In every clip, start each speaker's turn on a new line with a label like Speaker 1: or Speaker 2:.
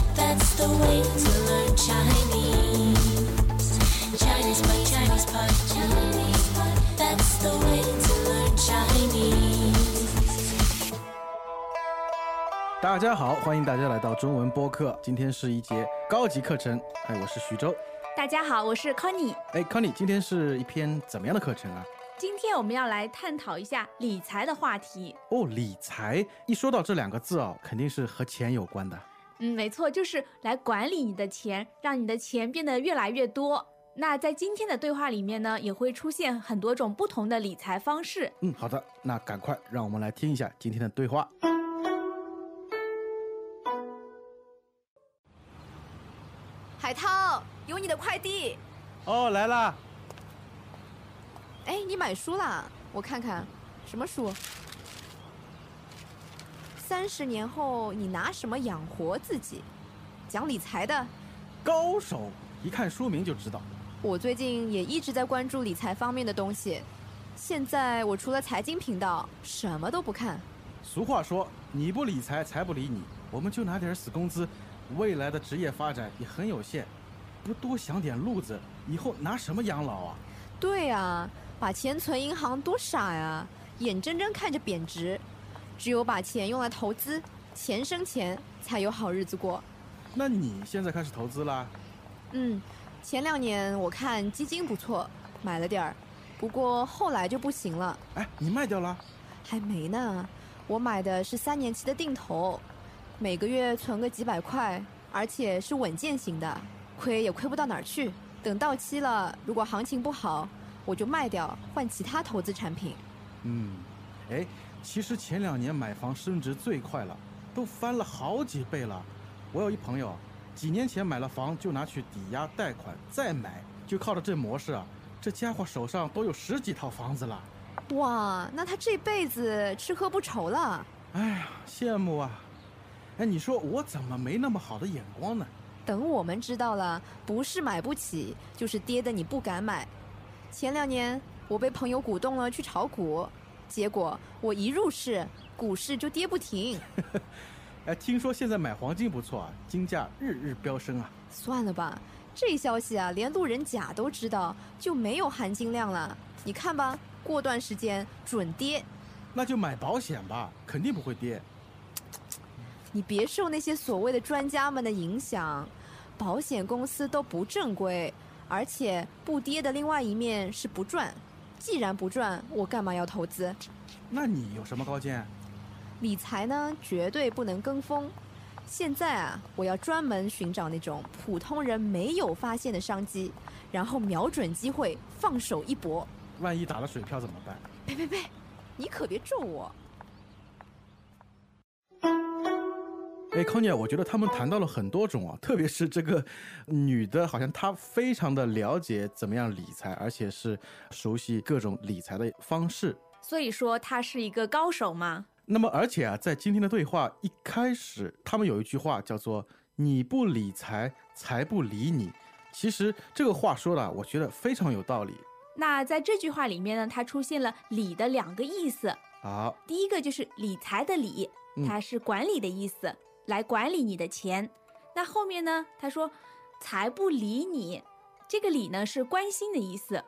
Speaker 1: a way to learn Chinese. Chinese pot, Chinese pot, Chinese pot. That's the way to learn Chinese.
Speaker 2: 大家好，欢迎大家来到中文播客。今天是一节高级课程，哎，我是徐州。
Speaker 3: 大家好，我是 Conny。
Speaker 2: 哎，Conny，今天是一篇怎么样的课程啊？
Speaker 3: 今天我们要来探讨一下理财的话题。
Speaker 2: 哦，理财。一说到这两个字哦，肯定是和钱有关的。
Speaker 3: 嗯，没错，就是来管理你的钱，让你的钱变得越来越多。那在今天的对话里面呢，也会出现很多种不同的理财方式。
Speaker 2: 嗯，好的，那赶快让我们来听一下今天的对话。
Speaker 4: 海涛，有你的快递。
Speaker 2: 哦，来啦。
Speaker 4: 哎，你买书啦？我看看，什么书？三十年后你拿什么养活自己？讲理财的。
Speaker 2: 高手，一看书名就知道。
Speaker 4: 我最近也一直在关注理财方面的东西。现在我除了财经频道，什么都不看。
Speaker 2: 俗话说，你不理财，财不理你。我们就拿点死工资，未来的职业发展也很有限，不多想点路子，以后拿什么养老啊？
Speaker 4: 对啊，把钱存银行多傻呀，眼睁睁看着贬值。只有把钱用来投资，钱生钱，才有好日子过。
Speaker 2: 那你现在开始投资啦？
Speaker 4: 嗯，前两年我看基金不错，买了点儿，不过后来就不行了，
Speaker 2: 哎，你卖掉了？
Speaker 4: 还没呢。我买的是三年期的定投，每个月存个几百块，而且是稳健型的，亏也亏不到哪儿去。等到期了，如果行情不好，我就卖掉，换其他投资产品。
Speaker 2: 嗯，哎，其实前两年买房升值最快了，都翻了好几倍了。我有一朋友，几年前买了房就拿去抵押贷款再买，就靠着这模式啊，这家伙手上都有十几套房子了。
Speaker 4: 哇，那他这辈子吃喝不愁了。
Speaker 2: 哎呀，羡慕啊！哎，你说我怎么没那么好的眼光呢？
Speaker 4: 等我们知道了，不是买不起，就是跌的你不敢买。前两年我被朋友鼓动了去炒股，结果我一入市，股市就跌不停。
Speaker 2: 哎，听说现在买黄金不错啊，金价日日飙升啊。
Speaker 4: 算了吧，这消息啊，连路人甲都知道，就没有含金量了。你看吧，过段时间准跌。
Speaker 2: 那就买保险吧，肯定不会跌。
Speaker 4: 你别受那些所谓的专家们的影响，保险公司都不正规，而且不跌的另外一面是不赚。既然不赚，我干嘛要投资？
Speaker 2: 那你有什么高见？
Speaker 4: 理财呢，绝对不能跟风。现在啊，我要专门寻找那种普通人没有发现的商机，然后瞄准机会放手一搏。
Speaker 2: 万一打了水漂怎么办？
Speaker 4: 呸呸呸！你可别咒我。
Speaker 2: 哎康妮，我觉得他们谈到了很多种啊，特别是这个女的，好像她非常的了解怎么样理财，而且是熟悉各种理财的方式。
Speaker 3: 所以说他是一个高手嘛。
Speaker 2: 那么，而且啊，在今天的对话一开始，他们有一句话叫做“你不理财，财不理你”。其实这个话说的啊，我觉得非常有道理
Speaker 3: 那在这句话里面呢，它出现了“理”的两个意思。
Speaker 2: 啊。
Speaker 3: 第一个就是理财的理
Speaker 2: 嗯，
Speaker 3: 它是管理的意思，来管理你的钱。那后面呢，他说财不理你，这个理呢是关心的意思。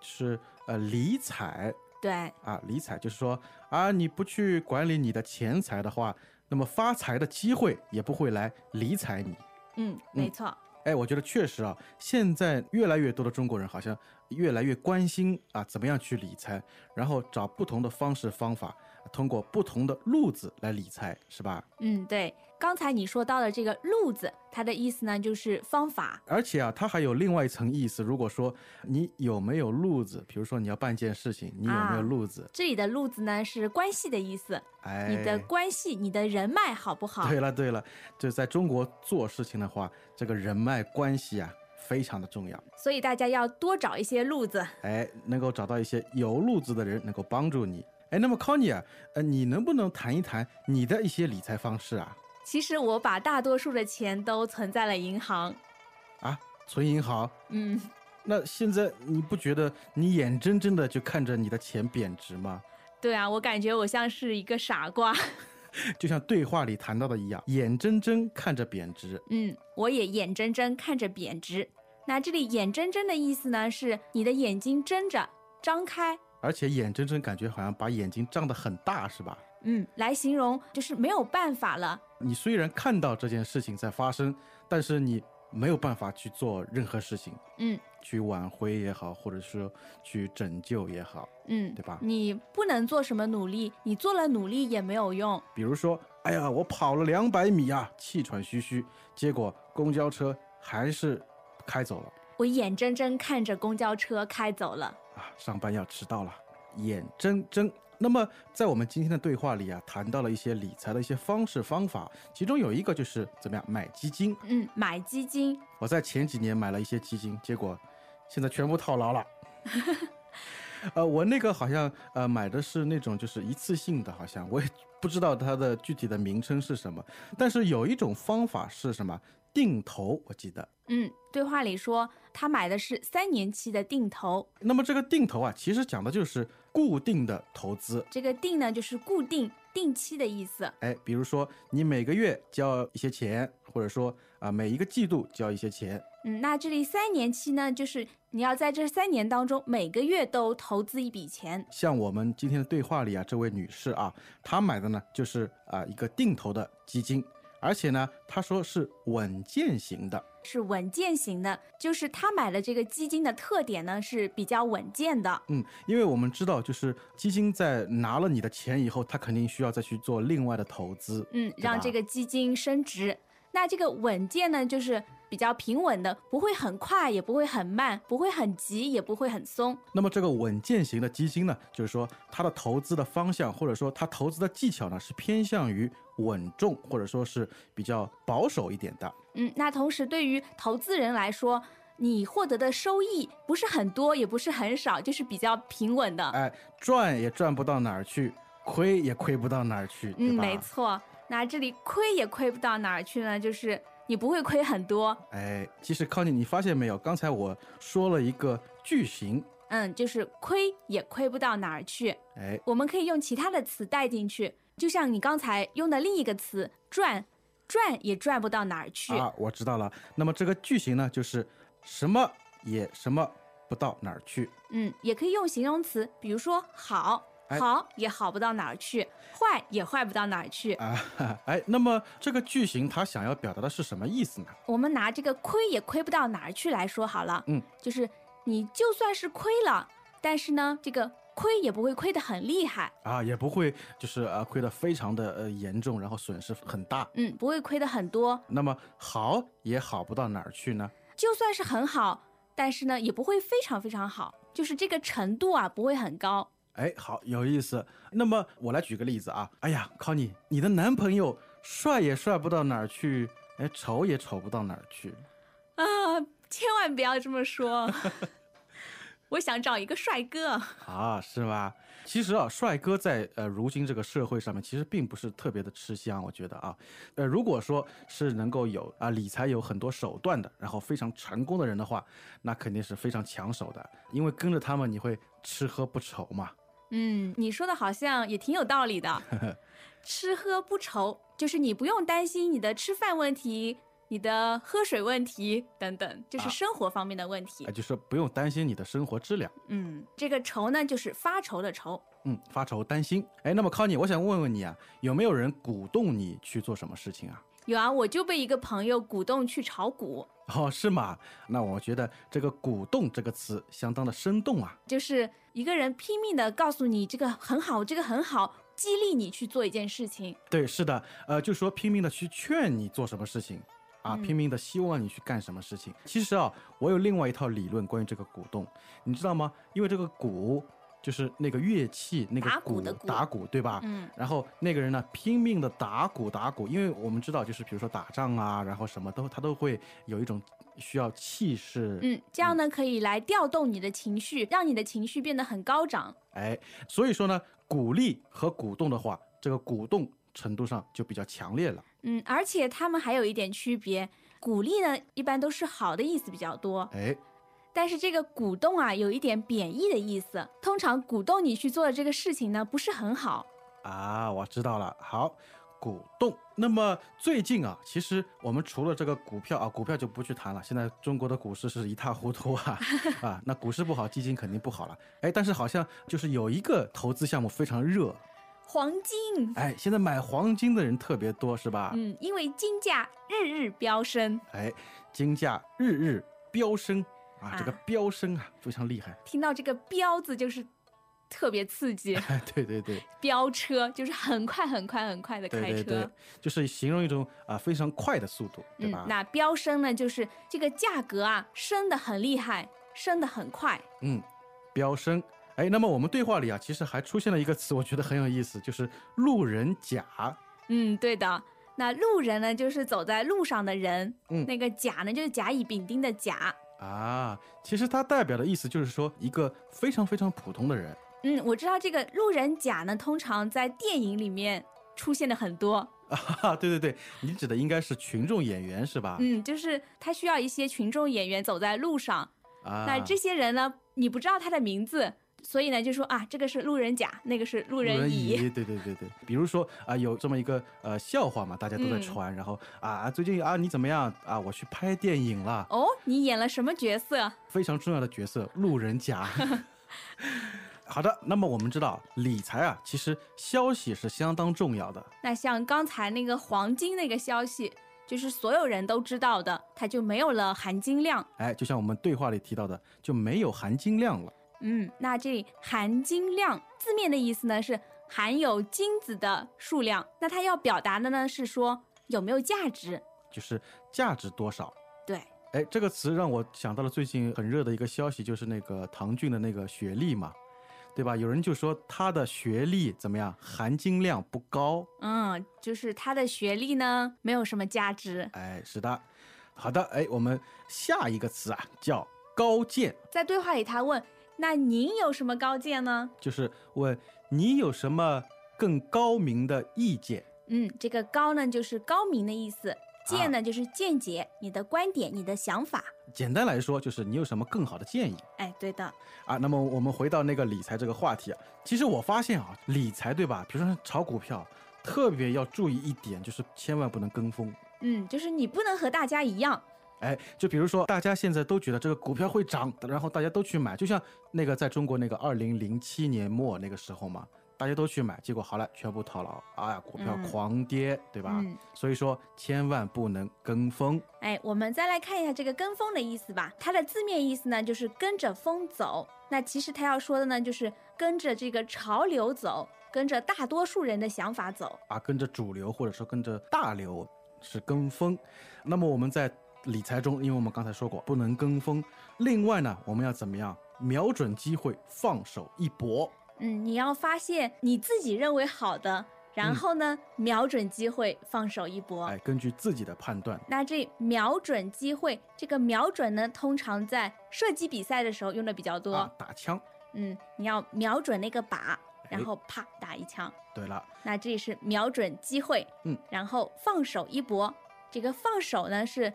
Speaker 2: 是呃理财
Speaker 3: 对，
Speaker 2: 啊，理财就是说啊，你不去管理你的钱财的话，那么发财的机会也不会来理睬你。
Speaker 3: 嗯，没错。
Speaker 2: 哎，我觉得确实啊，现在越来越多的中国人好像越来越关心啊，怎么样去理财，然后找不同的方式方法，通过不同的路子来理财，是吧？
Speaker 3: 嗯，对，刚才你说到的这个“路子”，它的意思呢就是方法。
Speaker 2: 而且啊，它还有另外一层意思。如果说你有没有路子，比如说你要办件事情，你有没有
Speaker 3: 啊
Speaker 2: 路子？
Speaker 3: 这里的“路子”呢是关系的意思，
Speaker 2: 哎，
Speaker 3: 你 的关系、你的人脉好不好？
Speaker 2: 对了对了，就在中国做事情的话，这个人脉关系啊非常的重要。
Speaker 3: 所以大家要多找一些路子。
Speaker 2: 哎，能够找到一些有路子的人，能够帮助你。哎，那么 Conny 啊，呃，你能不能谈一谈你的一些理财方式啊？
Speaker 3: 其实我把大多数的钱都存在了银行。
Speaker 2: 啊，存银行？
Speaker 3: 嗯，
Speaker 2: 那现在你不觉得你眼睁睁的就看着你的钱贬值吗？
Speaker 3: 对啊，我感觉我像是一个傻瓜。
Speaker 2: 就像对话里谈到的一样，眼睁睁看着贬值。
Speaker 4: 嗯，我也眼睁睁看着贬值。那这里“眼睁睁”的意思呢，是你的眼睛睁着、张开，
Speaker 2: 而且眼睁睁感觉好像把眼睛张得很大，是吧？
Speaker 4: 嗯，来形容就是没有办法了。
Speaker 2: 你虽然看到这件事情在发生，但是你没有办法去做任何事情，
Speaker 4: 嗯
Speaker 2: 去挽回也好，或者说去拯救也好。
Speaker 4: 嗯，
Speaker 2: 对吧
Speaker 4: 你不能做什么努力，你做了努力也没有用。
Speaker 2: 比如说，哎呀，我跑了两百米啊，气喘吁吁，结果公交车还是开走了
Speaker 4: 我眼睁睁看着公交车开走了。
Speaker 2: 啊，上班要迟到了，眼睁睁。那么，在我们今天的对话里啊，谈到了一些理财的一些方式方法，其中有一个就是怎么样买基金。
Speaker 4: 嗯，买基金，
Speaker 2: 我在前几年买了一些基金，结果现在全部套牢了。呃，我那个好像呃买的是那种就是一次性的，好像我也不知道它的具体的名称是什么，但是有一种方法是什么定投，我记得。
Speaker 4: 嗯，对话里说他买的是三年期的定投，
Speaker 2: 那么这个定投啊，其实讲的就是固定的投资，
Speaker 4: 这个定呢就是固定、定期的意思。
Speaker 2: 哎，比如说你每个月交一些钱，或者说啊、每一个季度交一些钱，
Speaker 4: 嗯，那这里三年期呢，就是你要在这三年当中每个月都投资一笔钱。
Speaker 2: 像我们今天的对话里啊，这位女士啊，她买的呢就是啊、一个定投的基金，而且呢，她说是稳健型的。
Speaker 4: 是稳健型的，就是他买的这个基金的特点呢是比较稳健的。
Speaker 2: 嗯，因为我们知道，就是基金在拿了你的钱以后，它肯定需要再去做另外的投资。
Speaker 4: 嗯，
Speaker 2: 对
Speaker 4: 让
Speaker 2: 吧
Speaker 4: 这个基金升值。那这个稳健呢，就是比较平稳的，不会很快，也不会很慢，不会很急，也不会很松。
Speaker 2: 那么这个稳健型的基金呢，就是说它的投资的方向或者说它投资的技巧呢，是偏向于稳重或者说是比较保守一点的。
Speaker 4: 嗯，那同时对于投资人来说，你获得的收益不是很多，也不是很少，就是比较平稳的。
Speaker 2: 哎，赚也赚不到哪儿去，亏也亏不到哪儿去，对
Speaker 4: 嗯，
Speaker 2: 吧？
Speaker 4: 没错。那这里亏也亏不到哪儿去呢，就是你不会亏很多。
Speaker 2: 哎，其实康妮，你发现没有？刚才我说了一个句型，
Speaker 4: 嗯，就是亏也亏不到哪儿去。
Speaker 2: 哎，
Speaker 4: 我们可以用其他的词带进去，就像你刚才用的另一个词“赚”，赚也赚不到哪儿去。
Speaker 2: 啊，我知道了。那么这个句型呢，就是什么也什么不到哪儿去。
Speaker 4: 嗯，也可以用形容词，比如说好，
Speaker 2: 哎
Speaker 4: 好也好不到哪儿去，坏也坏不到哪儿去。
Speaker 2: 啊， 哎，那么这个句型它想要表达的是什么意思呢？
Speaker 4: 我们拿这个亏也亏不到哪儿去来说好了，
Speaker 2: 嗯，
Speaker 4: 就是你就算是亏了，但是呢，这个亏也不会亏得很厉害，
Speaker 2: 啊，也不会就是呃亏得非常的呃严重，然后损失很大。
Speaker 4: 嗯，不会亏得很多，
Speaker 2: 那么好也好不到哪儿去呢？
Speaker 4: 就算是很好，但是呢，也不会非常非常好，就是这个程度啊不会很高。
Speaker 2: 哎，好有意思。那么我来举个例子啊。哎呀，康妮，你的男朋友帅也帅不到哪儿去，哎，丑也丑不到哪儿去。
Speaker 4: 啊，千万不要这么说。 我想找一个帅哥。
Speaker 2: 啊，是吧？其实啊，帅哥在呃如今这个社会上面，其实并不是特别的吃香，我觉得啊，呃，如果说是能够有啊、理财有很多手段的，然后非常成功的人的话，那肯定是非常抢手的，因为跟着他们你会吃喝不愁嘛。
Speaker 4: 嗯，你说的好像也挺有道理的。吃喝不愁，就是你不用担心你的吃饭问题、你的喝水问题等等，就是
Speaker 2: 啊
Speaker 4: 生活方面的问题。
Speaker 2: 啊、就是不用担心你的生活质量，
Speaker 4: 嗯，这个愁呢，就是发愁的愁。
Speaker 2: 嗯，发愁担心。哎，那么康妮，我想问问你啊，有没有人鼓动你去做什么事情啊？
Speaker 4: 有啊，我就被一个朋友鼓动去炒股，
Speaker 2: 哦，是吗？那我觉得这个“鼓动”这个词相当的生动啊。
Speaker 4: 就是一个人拼命的告诉你这个很好，这个很好，激励你去做一件事情。
Speaker 2: 对，是的，呃，就说拼命的去劝你做什么事情，啊，
Speaker 4: 嗯
Speaker 2: 拼命的希望你去干什么事情。其实啊，我有另外一套理论关于这个鼓动，你知道吗？因为这个鼓就是那个乐器那个
Speaker 4: 打鼓
Speaker 2: 鼓
Speaker 4: 的鼓
Speaker 2: 打鼓，对吧？
Speaker 4: 嗯
Speaker 2: 然后那个人呢，拼命的打鼓打鼓，因为我们知道，就是比如说打仗啊，然后什么都他都会有一种需要气势，
Speaker 4: 嗯，这样呢可以来调动你的情绪，让你的情绪变得很高涨。
Speaker 2: 哎，所以说呢，鼓励和鼓动的话，这个鼓动程度上就比较强烈了。
Speaker 4: 嗯，而且他们还有一点区别，鼓励呢一般都是好的意思比较多，
Speaker 2: 哎，
Speaker 4: 但是这个鼓动啊有一点贬义的意思。通常鼓动你去做的这个事情呢不是很好。
Speaker 2: 啊，我知道了。好，股东。那么最近啊，其实我们除了这个股票啊，股票就不去谈了。现在中国的股市是一塌糊涂啊啊，那股市不好，基金肯定不好了。哎，但是好像就是有一个投资项目非常热，
Speaker 4: 黄金，
Speaker 2: 哎，现在买黄金的人特别多，是吧？
Speaker 4: 嗯，因为金价日日飙升，
Speaker 2: 哎，金价日日飙升啊，这个
Speaker 4: 啊
Speaker 2: 飙升啊非常厉害。，
Speaker 4: 听到这个“飙”字就是特别刺激
Speaker 2: 哎，对对对。
Speaker 4: 飙车就是很快很快很快的
Speaker 2: 对
Speaker 4: 开车。
Speaker 2: 对对，就是形容一种啊、非常快的速度，对吧
Speaker 4: 嗯，？那飙升呢，就是这个价格啊升得很厉害，升得很快。
Speaker 2: 嗯，飙升。哎，那么我们对话里啊，其实还出现了一个词，我觉得很有意思，就是路人甲。
Speaker 4: 嗯，对的。那路人呢，就是走在路上的人；
Speaker 2: 嗯
Speaker 4: 那个甲呢，就是甲乙丙丁的甲。
Speaker 2: 啊，其实它代表的意思就是说一个非常非常普通的人
Speaker 4: 嗯，我知道这个路人甲呢，通常在电影里面出现的很多。
Speaker 2: 啊，对对对，你指的应该是群众演员是吧？
Speaker 4: 嗯，就是他需要一些群众演员走在路上，
Speaker 2: 啊，
Speaker 4: 那这些人呢，你不知道他的名字，所以呢，就说啊，这个是路人甲，那个是路
Speaker 2: 路
Speaker 4: 人
Speaker 2: 人
Speaker 4: 乙。
Speaker 2: 乙，对对对对，比如说啊、有这么一个呃笑话嘛，大家都在
Speaker 4: 嗯
Speaker 2: 传，然后啊，最近啊你怎么样啊？我去拍电影了，
Speaker 4: 哦，你演了什么角色？
Speaker 2: 非常重要的角色路人甲。好的，那么我们知道理财啊，其实消息是相当重要的。
Speaker 4: 那像刚才那个黄金那个消息，就是所有人都知道的，它就没有了含金量。
Speaker 2: 哎，就像我们对话里提到的，就没有含金量了。
Speaker 4: 嗯，那这里含金量字面的意思呢是含有金子的数量，那它要表达的呢是说有没有价值。
Speaker 2: 就是价值多少。
Speaker 4: 对，
Speaker 2: 哎，这个词让我想到了最近很热的一个消息，就是那个唐骏的那个学历嘛，对吧？有人就说他的学历怎么样，含金量不高。
Speaker 4: 嗯，就是他的学历呢没有什么价值。
Speaker 2: 哎，是的。好的，哎，我们下一个词啊叫高见，
Speaker 4: 在对话里，他问：“那您有什么高见呢
Speaker 2: 就是问你有什么更高明的意见？”
Speaker 4: 嗯，这个高呢就是高明的意思，见呢、就是见解，你的观点，你的想法。
Speaker 2: 简单来说，就是你有什么更好的建议
Speaker 4: 哎，对的，
Speaker 2: 啊？那么我们回到那个理财这个话题啊，其实我发现啊，理财对吧？比如说炒股票，特别要注意一点，就是千万不能跟风。
Speaker 4: 嗯，就是你不能和大家一样。
Speaker 2: 哎，就比如说，大家现在都觉得这个股票会涨，然后大家都去买，就像那个在中国那个二零零七年末那个时候嘛，大家都去买，结果好了，全部套牢，哎呀，股票
Speaker 4: 嗯
Speaker 2: 狂跌，对吧？
Speaker 4: 嗯
Speaker 2: 所以说，千万不能跟风。
Speaker 4: 哎，我们再来看一下这个“跟风”的意思吧。它的字面意思呢，就是跟着风走。那其实它要说的呢，就是跟着这个潮流走，跟着大多数人的想法走。
Speaker 2: 啊，跟着主流或者说跟着大流是跟风。那么我们在理财中，因为我们刚才说过不能跟风，另外呢，我们要怎么样瞄准机会放手一搏？
Speaker 4: 嗯，你要发现你自己认为好的，然
Speaker 2: 嗯
Speaker 4: 后呢，瞄准机会放手一搏。
Speaker 2: 哎，根据自己的判断，
Speaker 4: 那这瞄准机会，这个瞄准呢，通常在射击比赛的时候用的比较多。
Speaker 2: 啊，打枪。
Speaker 4: 嗯，你要瞄准那个靶，然
Speaker 2: 哎
Speaker 4: 后啪打一枪。
Speaker 2: 对了，
Speaker 4: 那这是瞄准机会，
Speaker 2: 嗯，
Speaker 4: 然后放手一搏。这个放手呢是，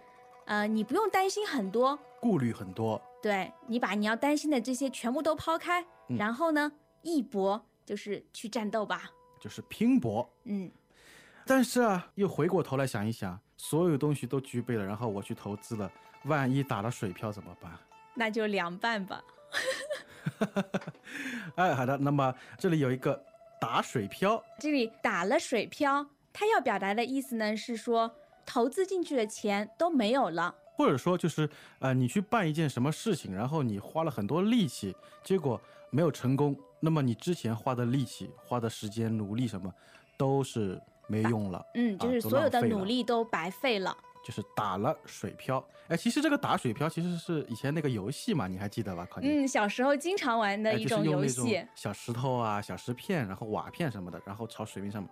Speaker 4: 呃，你不用担心很多，
Speaker 2: 顾虑很多，
Speaker 4: 对你把你要担心的这些全部都抛开，
Speaker 2: 嗯
Speaker 4: 然后呢一搏就是去战斗吧。
Speaker 2: 就是拼搏。
Speaker 4: 嗯，
Speaker 2: 但是啊，又回过头来想一想，所有东西都具备了，然后我去投资了，万一打了水漂怎么办？
Speaker 4: 那就凉拌吧。
Speaker 2: 哎，好的，那么这里有一个打水漂，
Speaker 4: 这里打了水漂，它要表达的意思呢是说投资进去的钱都没有了。
Speaker 2: 或者说就是呃，你去办一件什么事情，然后你花了很多力气，结果没有成功，那么你之前花的力气、花的时间、努力什么，都是没用了，
Speaker 4: 嗯，就
Speaker 2: 啊
Speaker 4: 是
Speaker 2: 都
Speaker 4: 所有
Speaker 2: 浪
Speaker 4: 的
Speaker 2: 费
Speaker 4: 努
Speaker 2: 了
Speaker 4: 力都白费了。
Speaker 2: 就是打了水漂。哎，其实这个打水漂其实是以前那个游戏啊嘛，你还记得吧，康妮？
Speaker 4: 嗯，小时候经常玩的
Speaker 2: 哎，
Speaker 4: 一
Speaker 2: 就是
Speaker 4: 种
Speaker 2: 用
Speaker 4: 游
Speaker 2: 那
Speaker 4: 戏。
Speaker 2: 种小石头啊、小石片，然后瓦片什么的，然后朝水面上嗖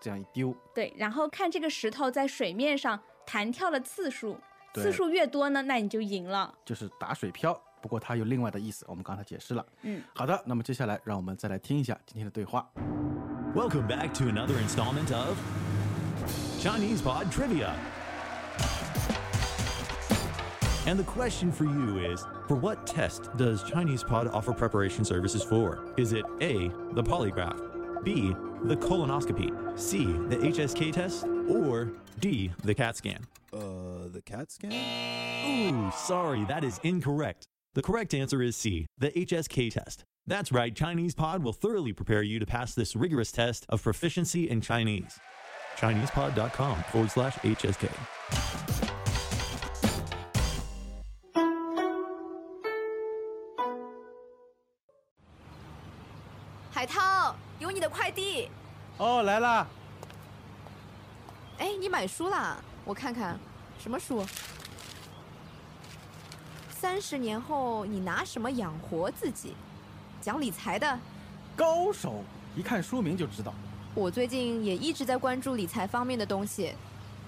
Speaker 2: 这样一丢，
Speaker 4: 对，然后看这个石头在水面上弹跳的次数，
Speaker 2: 对
Speaker 4: 次数越多呢，那你就赢了。
Speaker 2: 就是打水漂。不过它有另外的意思，我们刚才解释了。
Speaker 4: 嗯，
Speaker 2: 好的，那么接下来让我们再来听一下今天的对话。
Speaker 5: Welcome back to another installment of Chinese Pod Trivia. And the question for you is For what test does Chinese Pod offer preparation services for? Is it A, the polygraph, B. The colonoscopy. C. The HSK test. Or D. The CAT scan.
Speaker 6: Uh, the CAT scan?
Speaker 5: Ooh, sorry, that is incorrect. The correct answer is C, the HSK test. That's right, Chinese Pod will thoroughly prepare you to pass this rigorous test of proficiency in Chinese. ChinesePod.com forward slash HSK.
Speaker 7: 海涛，有你的快递。
Speaker 2: 哦，来啦！
Speaker 7: 哎，你买书啦？我看看，什么书？三十年后你拿什么养活自己？讲理财的。
Speaker 2: 高手，一看书名就知道。
Speaker 7: 我最近也一直在关注理财方面的东西。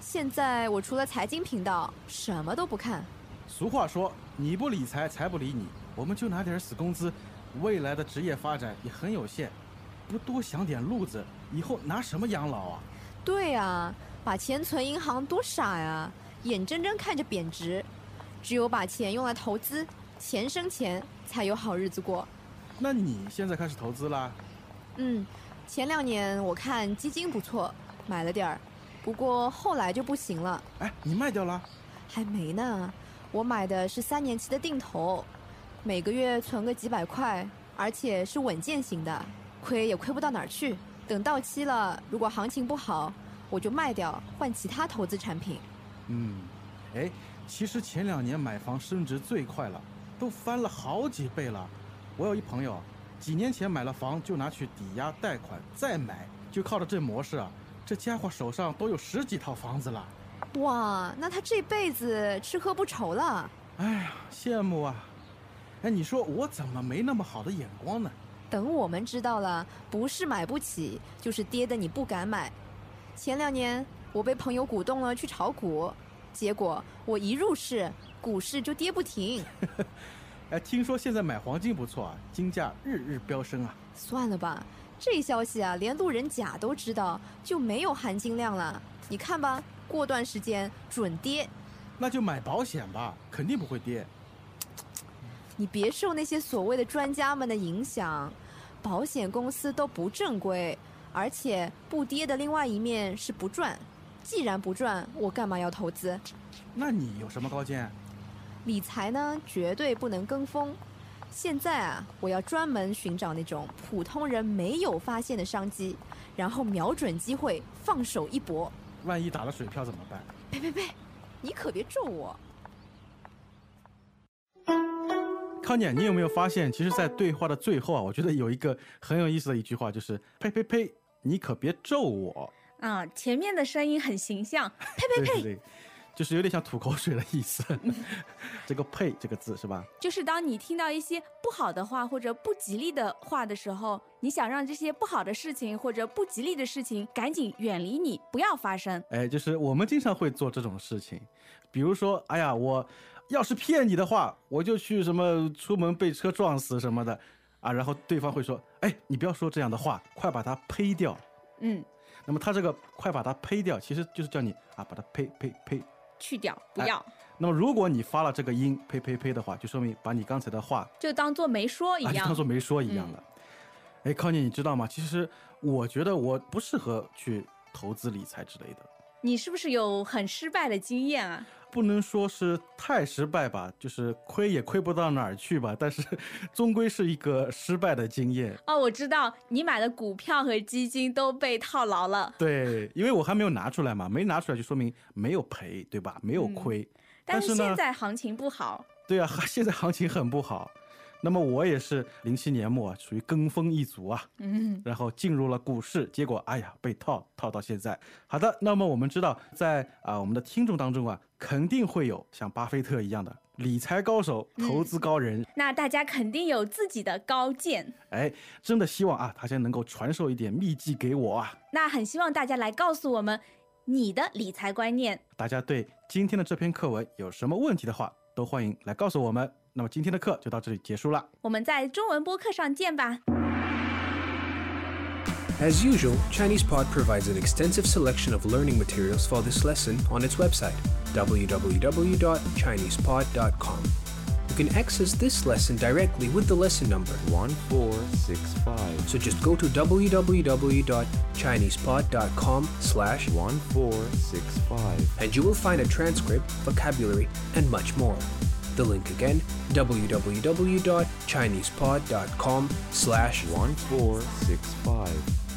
Speaker 7: 现在我除了财经频道什么都不看。
Speaker 2: 俗话说，你不理财，财不理你。我们就拿点死工资，未来的职业发展也很有限，不多想点路子，以后拿什么养老啊？
Speaker 7: 对啊，把钱存银行多傻呀，眼睁睁看着贬值。只有把钱用来投资，钱生钱，才有好日子过。
Speaker 2: 那你现在开始投资啦？
Speaker 7: 嗯，前两年我看基金不错，买了点儿，不过后来就不行了，
Speaker 2: 哎，你卖掉了？
Speaker 7: 还没呢。我买的是三年期的定投，每个月存个几百块，而且是稳健型的，亏也亏不到哪儿去。等到期了，如果行情不好，我就卖掉，换其他投资产品。
Speaker 2: 嗯，哎，其实前两年买房升值最快了，都翻了好几倍了。我有一朋友，几年前买了房就拿去抵押贷款再买，就靠着这模式啊，这家伙手上都有十几套房子了。
Speaker 7: 哇，那他这辈子吃喝不愁了。
Speaker 2: 哎呀，羡慕啊！哎，你说我怎么没那么好的眼光呢？
Speaker 7: 等我们知道了，不是买不起，就是跌的你不敢买。前两年我被朋友鼓动了去炒股，结果我一入市，股市就跌不停。
Speaker 2: 哎，听说现在买黄金不错啊，金价日日飙升啊。
Speaker 7: 算了吧，这消息啊，连路人甲都知道，就没有含金量了。你看吧，过段时间准跌。
Speaker 2: 那就买保险吧，肯定不会跌。
Speaker 7: 你别受那些所谓的专家们的影响，保险公司都不正规，而且不跌的另外一面是不赚。既然不赚，我干嘛要投资？
Speaker 2: 那你有什么高见？啊
Speaker 7: 理财呢，绝对不能跟风。现在啊，我要专门寻找那种普通人没有发现的商机，然后瞄准机会放手一搏。
Speaker 2: 万一打了水漂怎么办？
Speaker 7: 你可别咒我。
Speaker 2: 康姐，你有没有发现，其实，在对话的最后啊，我觉得有一个很有意思的一句话，就是“呸呸呸，你可别咒我
Speaker 4: 啊，前面的声音很形象，”，呸
Speaker 2: 对
Speaker 4: 呸
Speaker 2: 对
Speaker 4: 呸，
Speaker 2: 对，就是有点像吐口水的意思。 这个“呸”这个字是吧？
Speaker 4: 就是当你听到一些不好的话或者不吉利的话的时候，你想让这些不好的事情或者不吉利的事情赶紧远离你，不要发生。
Speaker 2: 哎，就是我们经常会做这种事情，比如说，哎呀，我要是骗你的话，我就去什么出门被车撞死什么的啊，然后对方会说，哎，你不要说这样的话，快把它呸掉。
Speaker 4: 嗯，
Speaker 2: 那么他这个快把它呸掉，其实就是叫你啊，把它呸呸呸
Speaker 4: 去掉，不
Speaker 2: 哎
Speaker 4: 要，
Speaker 2: 那么如果你发了这个音呸呸呸的话，就说明把你刚才的话
Speaker 4: 就当做没说一
Speaker 2: 啊，就
Speaker 4: 样。嗯
Speaker 2: 当做没说一样了。哎、康妮，你知道吗？其实我觉得我不适合去投资理财之类的，
Speaker 4: 你是不是有很失败的经验啊？
Speaker 2: 不能说是太失败吧，就是亏也亏不到哪儿去吧，但是 终归是一个失败的经验。
Speaker 4: 哦，我知道你买的股票和基金都被套牢了，
Speaker 2: 对，因为我还没有拿出来嘛，没拿出来就说明没有赔，对吧？没有亏。
Speaker 4: 但
Speaker 2: 但
Speaker 4: 是
Speaker 2: 呢，
Speaker 4: 现在行情不好，
Speaker 2: 对啊， 现在行情很不好。那么我也是零七年末啊，属于跟风一族啊，
Speaker 4: 嗯，
Speaker 2: 然后进入了股市，结果哎呀被套套到现在。好的，那么我们知道，在啊、我们的听众当中啊，肯定会有像巴菲特一样的理财高手、投资高人，
Speaker 4: 那大家肯定有自己的高见。
Speaker 2: 哎，真的希望啊，他先能够传授一点秘籍给我啊。
Speaker 4: 那很希望大家来告诉我们你的理财观念。
Speaker 2: 大家对今天的这篇课文有什么问题的话，都欢迎来告诉我们。那么今天的课就到这里结束了。
Speaker 4: 我们在中文播客上见吧。
Speaker 8: As usual, ChinesePod provides an extensive selection of learning materials for this lesson on its website, www.chinesepod.com. You can access this lesson directly with the lesson number.
Speaker 9: 1465.
Speaker 8: So just go to www.chinesepod.com slash
Speaker 9: 1465.
Speaker 8: and you will find a transcript, vocabulary, and much more. The link again, www.chinesepod.com slash
Speaker 9: 1465.